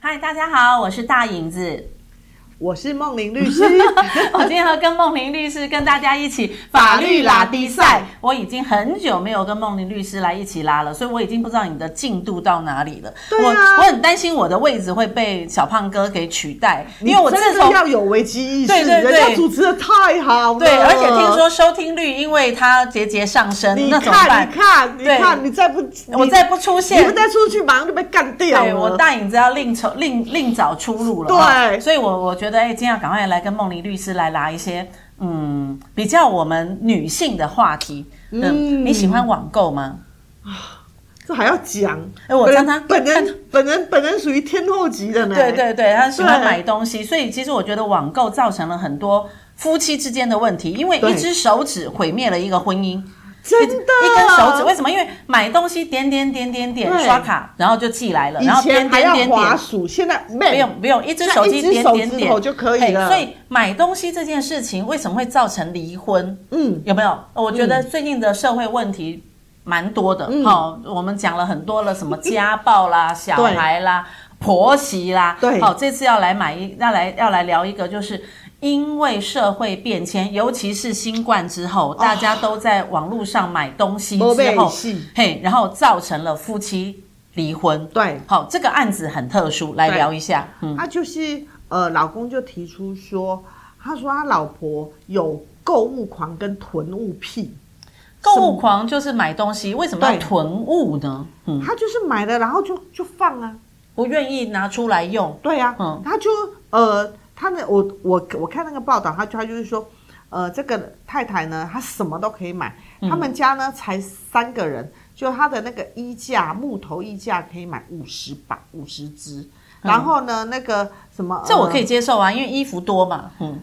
嗨，大家好，我是大影子。 我是梦玲律师，我今天和跟梦玲律师跟大家一起法律拉低赛。我已经很久没有跟梦玲律师来一起拉了，所以我已经不知道你的进度到哪里了。对啊我我很担心我的位置会被小胖哥给取代，因为我你真自的从要有危机意识，对对对人家主持的太好了。对，而且听说收听率因为它节节上升，你那怎么看，办你？看，你对看，你再不，我你再不出你不现，再出去，马上就被干掉对了。我大影子要另筹另另找出路了哈。对所以我我觉得哎、今天要赶快来跟梦玲律师来拿一些嗯比较我们女性的话题。嗯，嗯你喜欢网购吗？这还要讲？哎我本人常常本人本人本人属于天后级的呢。对对对，他喜欢对买东西，所以其实我觉得网购造成了很多夫妻之间的问题，因为对一只手指毁灭了一个婚姻。真的一根手指，为什么？因为买东西点点点点点啊对刷卡，然后就寄来了，以然后点前还点要点滑点，鼠，现在不没有。用不用，一只手机像一只点手点指点头就可以嘿了所以买东西这件事情为什么会造成离婚？嗯，有没有？我觉得最近的社会问题蛮多的。嗯好、我们讲了很多了，什么家暴啦、小孩啦、婆媳啦。对好、这次要来买一，要来要来聊一个，就是因为社会变迁，尤其是新冠之后，大家都在网络上买东西哦没之买后是，嘿，然后造成了夫妻离婚。对，好、这个案子很特殊，来对聊一下。嗯，他就是呃，老公就提出说，他说他老婆有购物狂跟囤物癖。购物狂就是买东西，为什么要对囤物呢？嗯，他就是买了，然后就就放啊，不愿意拿出来用。对啊，嗯他就呃，他那我我我看那个报道，他就他就是说，呃，这个太太呢，她什么都可以买，嗯他们家呢才三个人，就他的那个衣架木头衣架可以买五十把五十只，然后呢那个什么，嗯这我可以呃接受啊，因为衣服多嘛，嗯，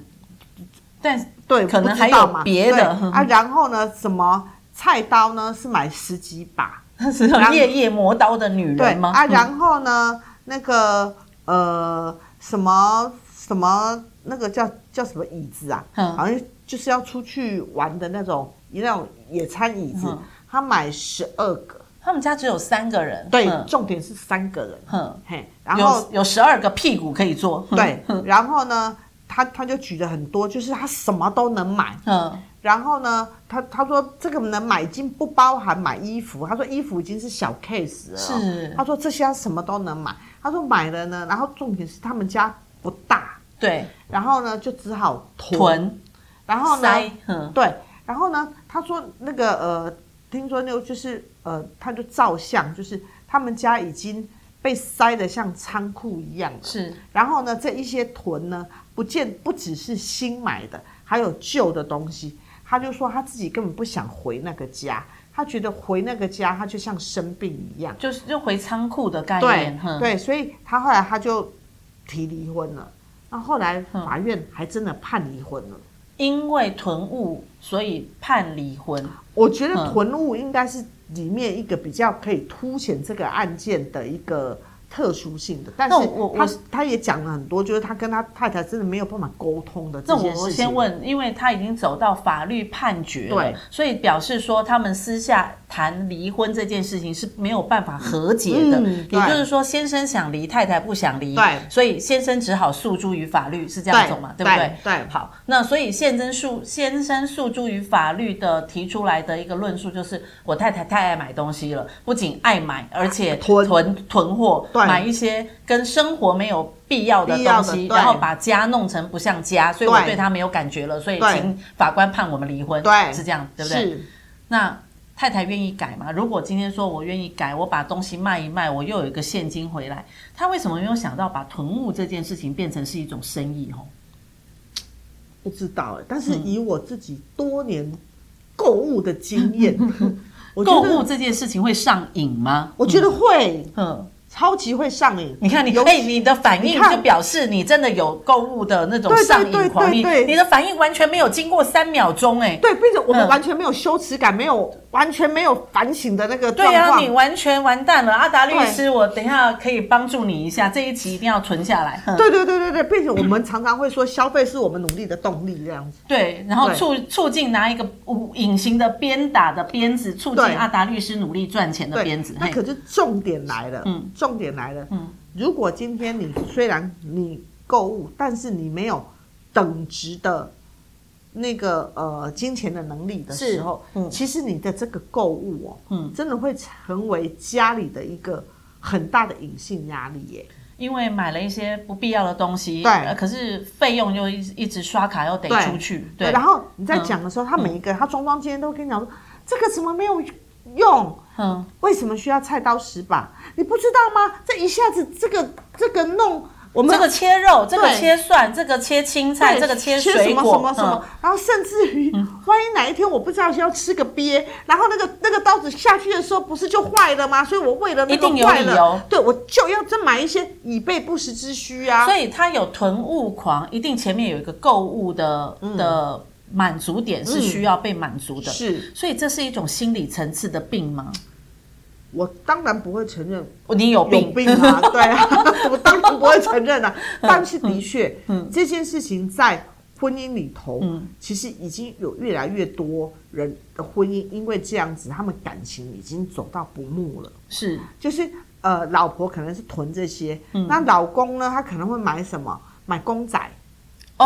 但呃对，可能不知还有道嘛别的对嗯啊，然后呢什么菜刀呢是买十几把，她是有然后夜夜磨刀的女对人吗？啊，嗯然后呢，那个呃，什么什么那个叫叫什么椅子啊，嗯好像就是要出去玩的那种那种野餐椅子，嗯他买十二个，他们家只有三个人，对，嗯重点是三个人，哼，嘿，然后有有十二个屁股可以坐，嗯对，，然后呢，他他就举了很多，就是他什么都能买，嗯，然后呢，他他说这个能买已经不包含买衣服，他说衣服已经是小 case 了哦、是他说这些他什么都能买，他说买了呢，然后重点是他们家不大，对，然后呢就只好囤，臀然后呢塞，，嗯，对，然后呢，他说那个呃，听说那个就是呃，他就照相，就是他们家已经被塞得像仓库一样了，是然后呢，这一些囤呢，不见不只是新买的，还有旧的东西。他就说他自己根本不想回那个家，他觉得回那个家他就像生病一样。就是就回仓库的概对念，嗯哼，对，所以他后来他就提离婚了。那后来嗯法院还真的判离婚了。因为囤物，所以判离婚，我觉得嗯囤物应该是里面一个比较可以凸显这个案件的一个特殊性的，但是那我我他他也讲了很多，就是他跟他太太真的没有办法沟通的这那些事我情。我先问，因为他已经走到法律判决了，对所以表示说他们私下谈离婚这件事情是没有办法和解的，嗯也对就是说先生想离，太太不想离，对所以先生只好诉诸于法律，是这样走嘛，对不对？对，好，那所以现身诉先生诉诸于法律的提出来的一个论述就是，我太太太爱买东西了，不仅爱买，而且囤囤囤货，对买一些跟生活没有必要的必东要的西，对然后把家弄成不像家，所以我对对他没有感觉了，所以对请法官判我们离婚，对是这样，对不对？是，那太太愿意改吗？如果今天说我愿意改，我把东西卖一卖，我又有一个现金回来，他为什么没有想到把囤物这件事情变成是一种生意？哦，不知道哎，但是嗯以我自己多年购物的经 验，我购觉物得这件事情会上瘾吗？我觉得会，嗯，超级会上瘾。你看你，尤哎、你的反你应看就表示你真的有购物的那种对对上瘾对狂，对你对你的反应完全没有经过三秒钟、哎，对，并且我们嗯完全没有羞耻感，没有完全没有反省的那个状对啊，你况。完全完蛋了，阿达律对嗯师，我等一下可以帮助你一下，这一集一定要存下来。哼对对对对对，并且我们常常会说，消费是我们努力的动力，这样子。对，然后对促促进拿一个无隐形的鞭打的鞭子，促进对阿达律师努力赚钱的对鞭子，。那嘿嗯可是重点来了，重点来了。如果今天你虽然你购物，但是你没有等值的那个呃金钱的能力的是时候，嗯其实你的这个购物哦，嗯，真的会成为家里的一个很大的隐性压力耶。因为买了一些不必要的东西，对呃可是费用又一直一直刷卡又得对出去，对，嗯然后你在讲的时候，他每一个他装装今天都跟你讲说，这个怎么没有用？嗯，为什么需要菜刀石把？你不知道吗？这一下子这个这个弄，我们这个切肉，这个对切蒜，这个切青菜，对这个切吃水什么果，嗯什么什么，然后甚至于，万一哪一天我不知道要吃个鳖，然后那个那个刀子下去的时候不是就坏了吗？所以我为了那一定个有坏理由了，对我就要再买一些以备不时之需嗯啊。所以他有囤物狂，一定前面有一个购物的、嗯的满足点是需要被满足的，是所以这是一种心理层次的病吗？我当然不会承认你有病，嗯有病啊，对啊， 我当然不会承认啊。但是的确，这件事情在婚姻里头，嗯其实已经有越来越多人的婚姻因为这样子，他们感情已经走到不睦了。是 就是呃，老婆可能是囤这些，嗯那老公呢，他可能会买什么？买公仔。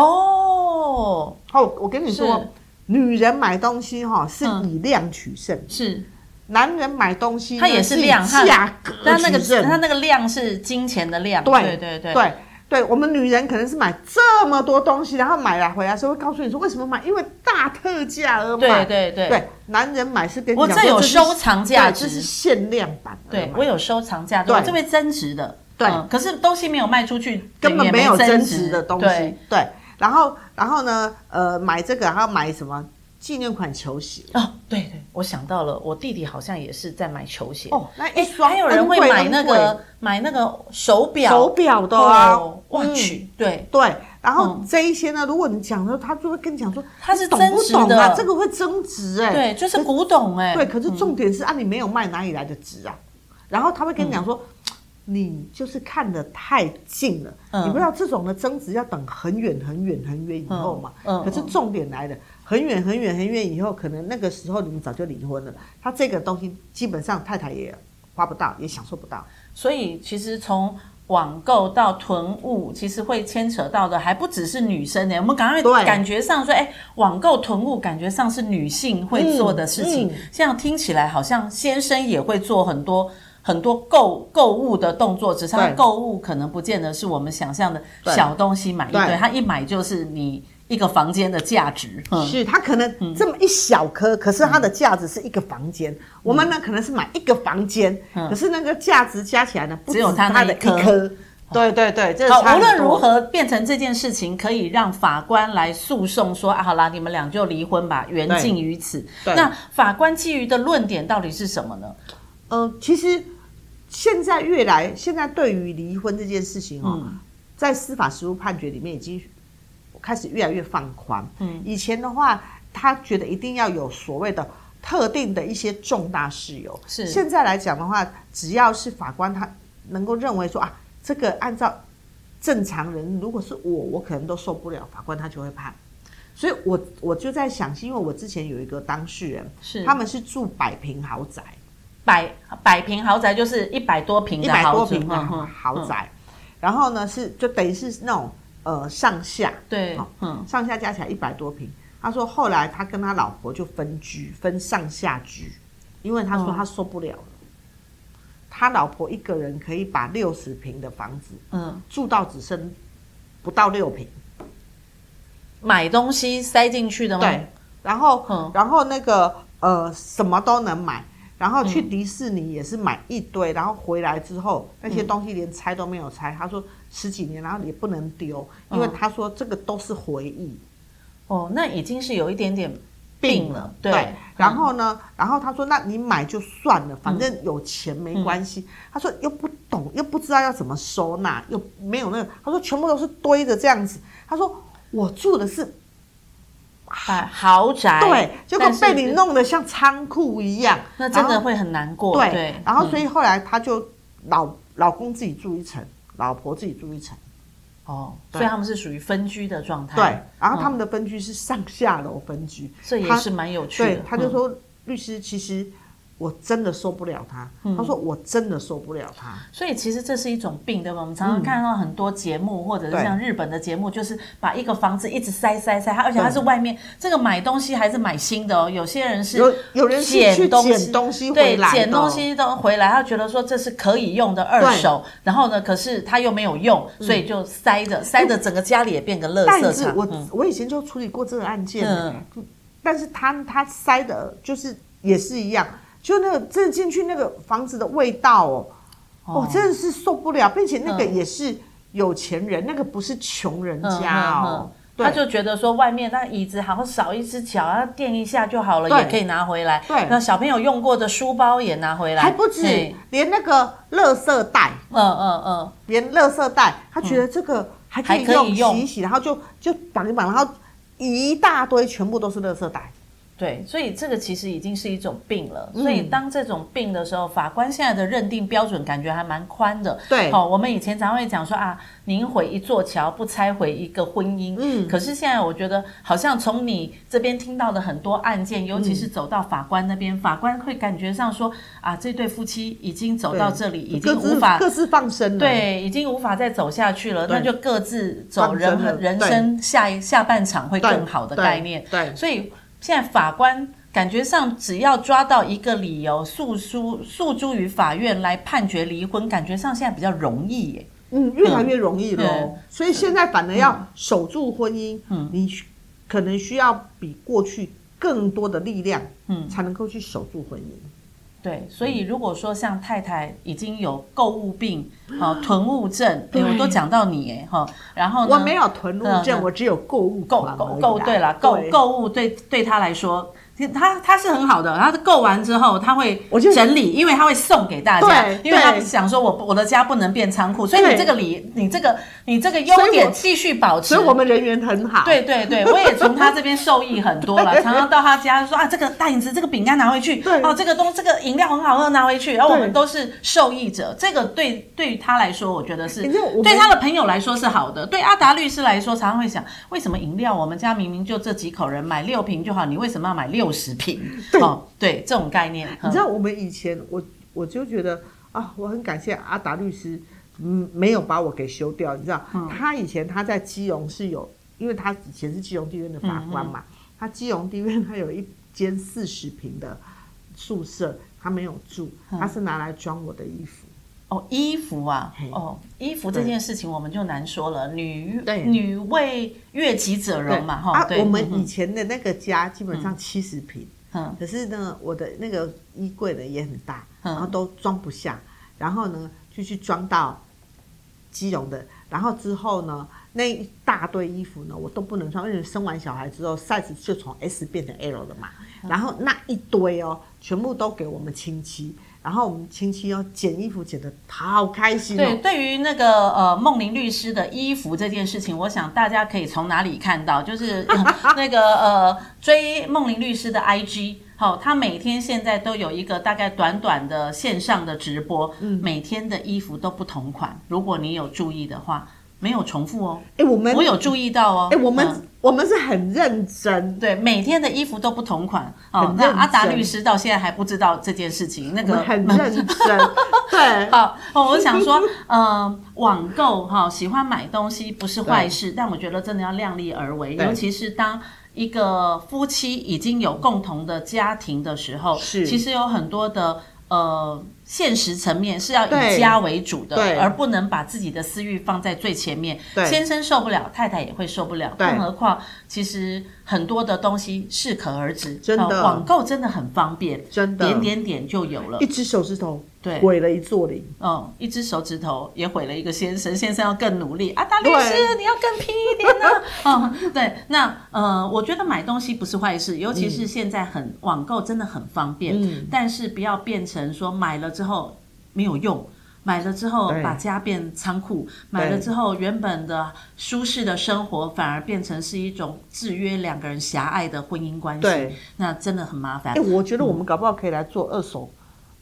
哦，哦，我跟你说是，女人买东西哈、是嗯以量取胜，是，男人买东西呢他也是是以量他价格但那个取胜他那个量是金钱的量，对对对对。对我们女人可能是买这么多东西，然后买来回来的时候会告诉你说为什么买，因为大特价而买。对对对对，男人买是跟你我讲这说有是收藏价值对这是限量版而对买。我有收藏价值，对我这边增值的，对嗯可是东西没有卖出去，根本也没有增增值的东西。对对，然后然后呢，呃，买这个还要买什么纪念款球鞋？哦，对对，我想到了，我弟弟好像也是在买球鞋，哦，那哎一双还有人会买那个买那个手表手表的啊哦，watch，对，对。然后嗯这一些呢，如果你讲的时候，他就会跟你讲说，它是懂不增值懂啊的，？这个会增值哎、对，就是古董哎，对，可是重点是、啊，你没有卖，哪里来的值啊？然后他会跟你讲嗯说，你就是看得太近了，嗯你不知道这种的增值要等很远很远很远以后嘛。嗯嗯可是重点来了，很远很远很远以后，可能那个时候你们早就离婚了，他这个东西基本上太太也花不到，也享受不到。所以其实从网购到囤物，其实会牵扯到的还不只是女生呢、欸我们赶快对感觉上说，哎、网购囤物感觉上是女性会做的事情，嗯嗯这样听起来好像先生也会做很多。很多购购物的动作，只是他对购物可能不见得是我们想象的对小东西买一堆，对他一买就是你一个房间的价值。嗯，是他可能这么一小颗，可是它的价值是一个房间。我们嗯呢可能是买一个房间，可是那个价值加起来呢，不只有止它那它的一一颗颗。对对对，这好，差很无论如多何，变成这件事情可以让法官来诉讼说啊，好啦，你们俩就离婚吧，缘尽于此。对那法官基于的论点到底是什么呢？呃，其实现在越来现在对于离婚这件事情哦，嗯在司法实务判决里面已经开始越来越放宽。嗯，以前的话，他觉得一定要有所谓的特定的一些重大事由，是现在来讲的话，只要是法官他能够认为说啊，这个按照正常人，如果是我，我可能都受不了，法官他就会判。所以我我就在想，是因为我之前有一个当事人，是他们是住百平豪宅。百百平豪宅就是一百多平一的百豪多宅平的嗯嗯豪嗯宅，然后呢是就等于是那种呃上下，对好，嗯，上下加起来一百多平。他说后来他跟他老婆就分居，分上下居，因为他说嗯他受不了了，他老婆一个人可以把六十平的房子嗯，住到只剩不到六平，买东西塞进去的吗？对，然后、嗯然后那个呃什么都能买，然后嗯去迪士尼也是买一堆，然后回来之后那些东西连拆都没有拆，他说十几年，然后也不能丢，因为嗯他说这个都是回忆哦，那已经是有一点点病了，对。对。然嗯后呢？然后他说：“那你买就算了，反正有钱没关系。他说：“又不懂，又不知道要怎么收纳，又没有那个。”他说：“全部都是堆着这样子。”他说：“我住的是百豪宅，对，结果哎但是被你，弄得像仓库一样。”那真然后的会很难过，对，对。嗯然后所以以后来他就老老公自己住一层，老婆自己住一层，哦，对所以他们是属于分居的状态，对，然后他嗯们的分居是上下楼分居，这也他是蛮有趣的嗯对，，他就说律师其实我真的受不了他。嗯他说我真的受不了他。所以其实这是一种病，对吧？我们常嗯常看到很多节目，或者是像日本的节目，就是把一个房子一直塞塞塞，它而且它是外面这个买东西还是买新的哦。有些人是有有人是去东捡东西回对来的，捡东西都回来，他觉得说这是可以用的二手，然后呢，可是他又没有用，所以就塞着塞着，整个家里也变个垃嗯哎但圾是场。我、嗯我以前就处理过这个案件，嗯但是他他塞的就是也是一样，就那个真的进去那个房子的味道哦，我、哦真的是受不了，并且那个嗯也是有钱人，那个不是穷人嗯家嗯嗯，哦对他就觉得说外面那椅子好像少一只脚，啊，垫一下就好了，对也可以拿回来。对那小朋友用过的书包也拿回来，还不止对，连那个垃圾袋，嗯嗯嗯，连垃圾袋，他觉得这个还可以还可以用，用洗一洗，然后就就绑一绑，然后一大堆全部都是垃圾袋。对，所以这个其实已经是一种病了。嗯所以当这种病的时候，法官现在的认定标准感觉还蛮宽的。对哦，我们以前常会讲说啊，宁毁一座桥，不拆毁一个婚姻。嗯可是现在我觉得，好像从你这边听到的很多案件，尤嗯其是走到法官那边，法官会感觉上说啊，这对夫妻已经走到这里，已经各自无法各自放生了。对，已经无法再走下去了，那就各自走放生人了人对生下一下半场会对，更好的对概念。对，所以现在法官感觉上，只要抓到一个理由诉诸诉诸于法院来判决离婚，感觉上现在比较容易耶。嗯，越来越容易喽嗯。所以现在反而要守住婚姻，嗯，你需可能需要比过去更多的力量，嗯，才能够去守住婚姻。对，所以如果说像太太已经有购物 病、啊、囤物症，对我都讲到你耶哈、然后呢我没有囤物嗯症，嗯我只有购物购狂购而购，已对了，购对购物对对他来说。其实他他是很好的，他购完之后他会我就整理，因为他会送给大家对，因为他对想说我不我的家不能变仓库，所以你对这个理你这个你这个优所以点我继续保持。所以我们人缘很好。对对对，我也从他这边受益很多了。对常常到他家说啊，这个大影子，这个饼干拿回去，对哦，这个东这个饮料很好喝，拿回去。然后我们对都是受益者，这个对对于他来说，哎我觉得是你知道我们对他的朋友来说是好的，对阿达律师来说，常常会想，为什么饮料我们家明明就这几口人买六瓶就好，你为什么要买六十瓶？哦，对，这种概念，你知道，道我们以前，我我就觉得啊，我很感谢阿达律师，嗯，没有把我给休掉。你知道，嗯他以前他在基隆是有，因为他以前是基隆地院的法官嗯嘛，他基隆地院他有一间四十平的宿舍，他没有住，嗯他是拿来装我的衣服。哦，衣服啊嘿，哦，衣服这件事情我们就难说了，女对女为悦己者容嘛，哈，啊，对，我们嗯以前的那个家基本上七十平，嗯可是呢，我的那个衣柜呢也很大，嗯然后都装不下，然后呢就去装到基隆的，然后之后呢那一大堆衣服呢我都不能穿，因为生完小孩之后 size 就从 S 变成 L 了嘛，嗯然后那一堆哦全部都给我们亲戚，然后我们亲戚哦捡衣服捡的好开心对，哦，对于那个呃梦玲律师的衣服这件事情，我想大家可以从哪里看到，就是 呃那个呃追梦玲律师的 IG。好，他每天现在都有一个大概短短的线上的直播，嗯每天的衣服都不同款。如果你有注意的话，没有重复哦。哎我们我有注意到哦。哎我们、嗯我们是很认真，对每天的衣服都不同款哦。很那认阿达真律师到现在还不知道这件事情，那我个嗯们很认真，对。 好，哦我想说， 呃，网购哈、喜欢买东西不是坏事，但我觉得真的要量力而为，对尤其是当一个夫妻已经有共同的家庭的时候，是其实有很多的。呃，现实层面是要以对家为主的对，而不能把自己的私欲放在最前面。对先生受不了，太太也会受不了。对更何况，其实很多的东西适可而止。真的呃网购真的很方便，真的点点点就有了一。只手指头对毁了一座林。嗯，一只手指头也毁了一个先生，先生要更努力啊，大律师对你要更拼一点 呢、嗯，对，那呃，我觉得买东西不是坏事，尤其是现在很、网购真的很方便，嗯但是不要变成说买了之后没有用。买了之后对把家变仓库，买了之后原本的舒适的生活反而变成是一种制约两个人狭隘的婚姻关系对，那真的很麻烦哎、。我觉得我们搞不好可以来做二手、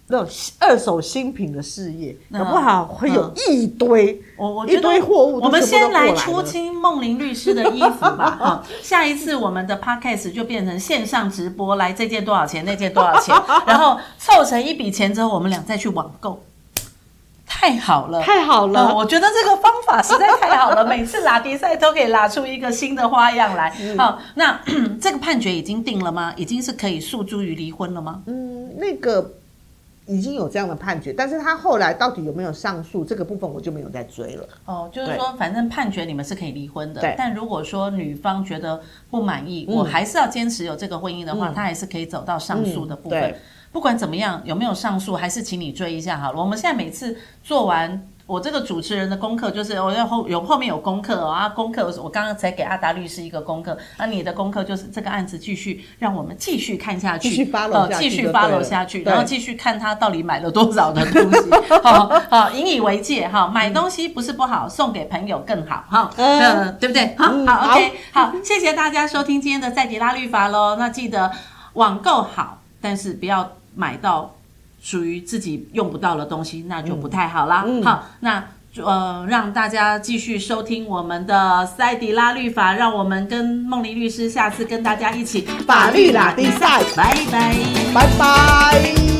那种二手新品的事业，搞不好会有一堆我我觉一得堆货物都我们全先部都过来来出了清梦玲律师的衣服 吧，啊、下一次我们的 podcast 就变成线上直播，来这件多少钱，那件多少 钱，然后凑成一笔钱之后，我们俩再去网购，太好了。太好了，嗯我觉得这个方法实在太好了，每次拉迪赛都可以拉出一个新的花样来。嗯好，那 这个判决已经定了吗？已经是可以诉诸于离婚了吗？嗯，那个已经有这样的判决，但是他后来到底有没有上诉这个部分，我就没有再追了。哦，就是对说，反正判决你们是可以离婚的对，嗯但如果说女方觉得不满意，我还是要坚持有这个婚姻的话，她还是可以走到上诉的部分。嗯对不管怎么样，有没有上诉，还是请你追一下好了。我们现在每次做完。我这个主持人的功课就是，我要后有后面有功课哦、啊，功课我刚刚才给阿达律师一个功课，那、你的功课就是这个案子继续让我们继续看下去，继续 follow 呃下去继续就对 follow 了下去，对然后继续看他到底买了多少的东西， 好好引以为戒哈。买东西不是不好，送给朋友更好哈，嗯嗯，对不对？好嗯好好，OK，好，谢谢大家收听今天的赛迪拉律法喽。那记得网购好，但是不要买到属于自己用不到的东西，那就不太好啦。嗯好，那。呃，让大家继续收听我们的赛迪拉律法，让我们跟梦玲律师下次跟大家一起法律拉力赛，拜拜。拜拜。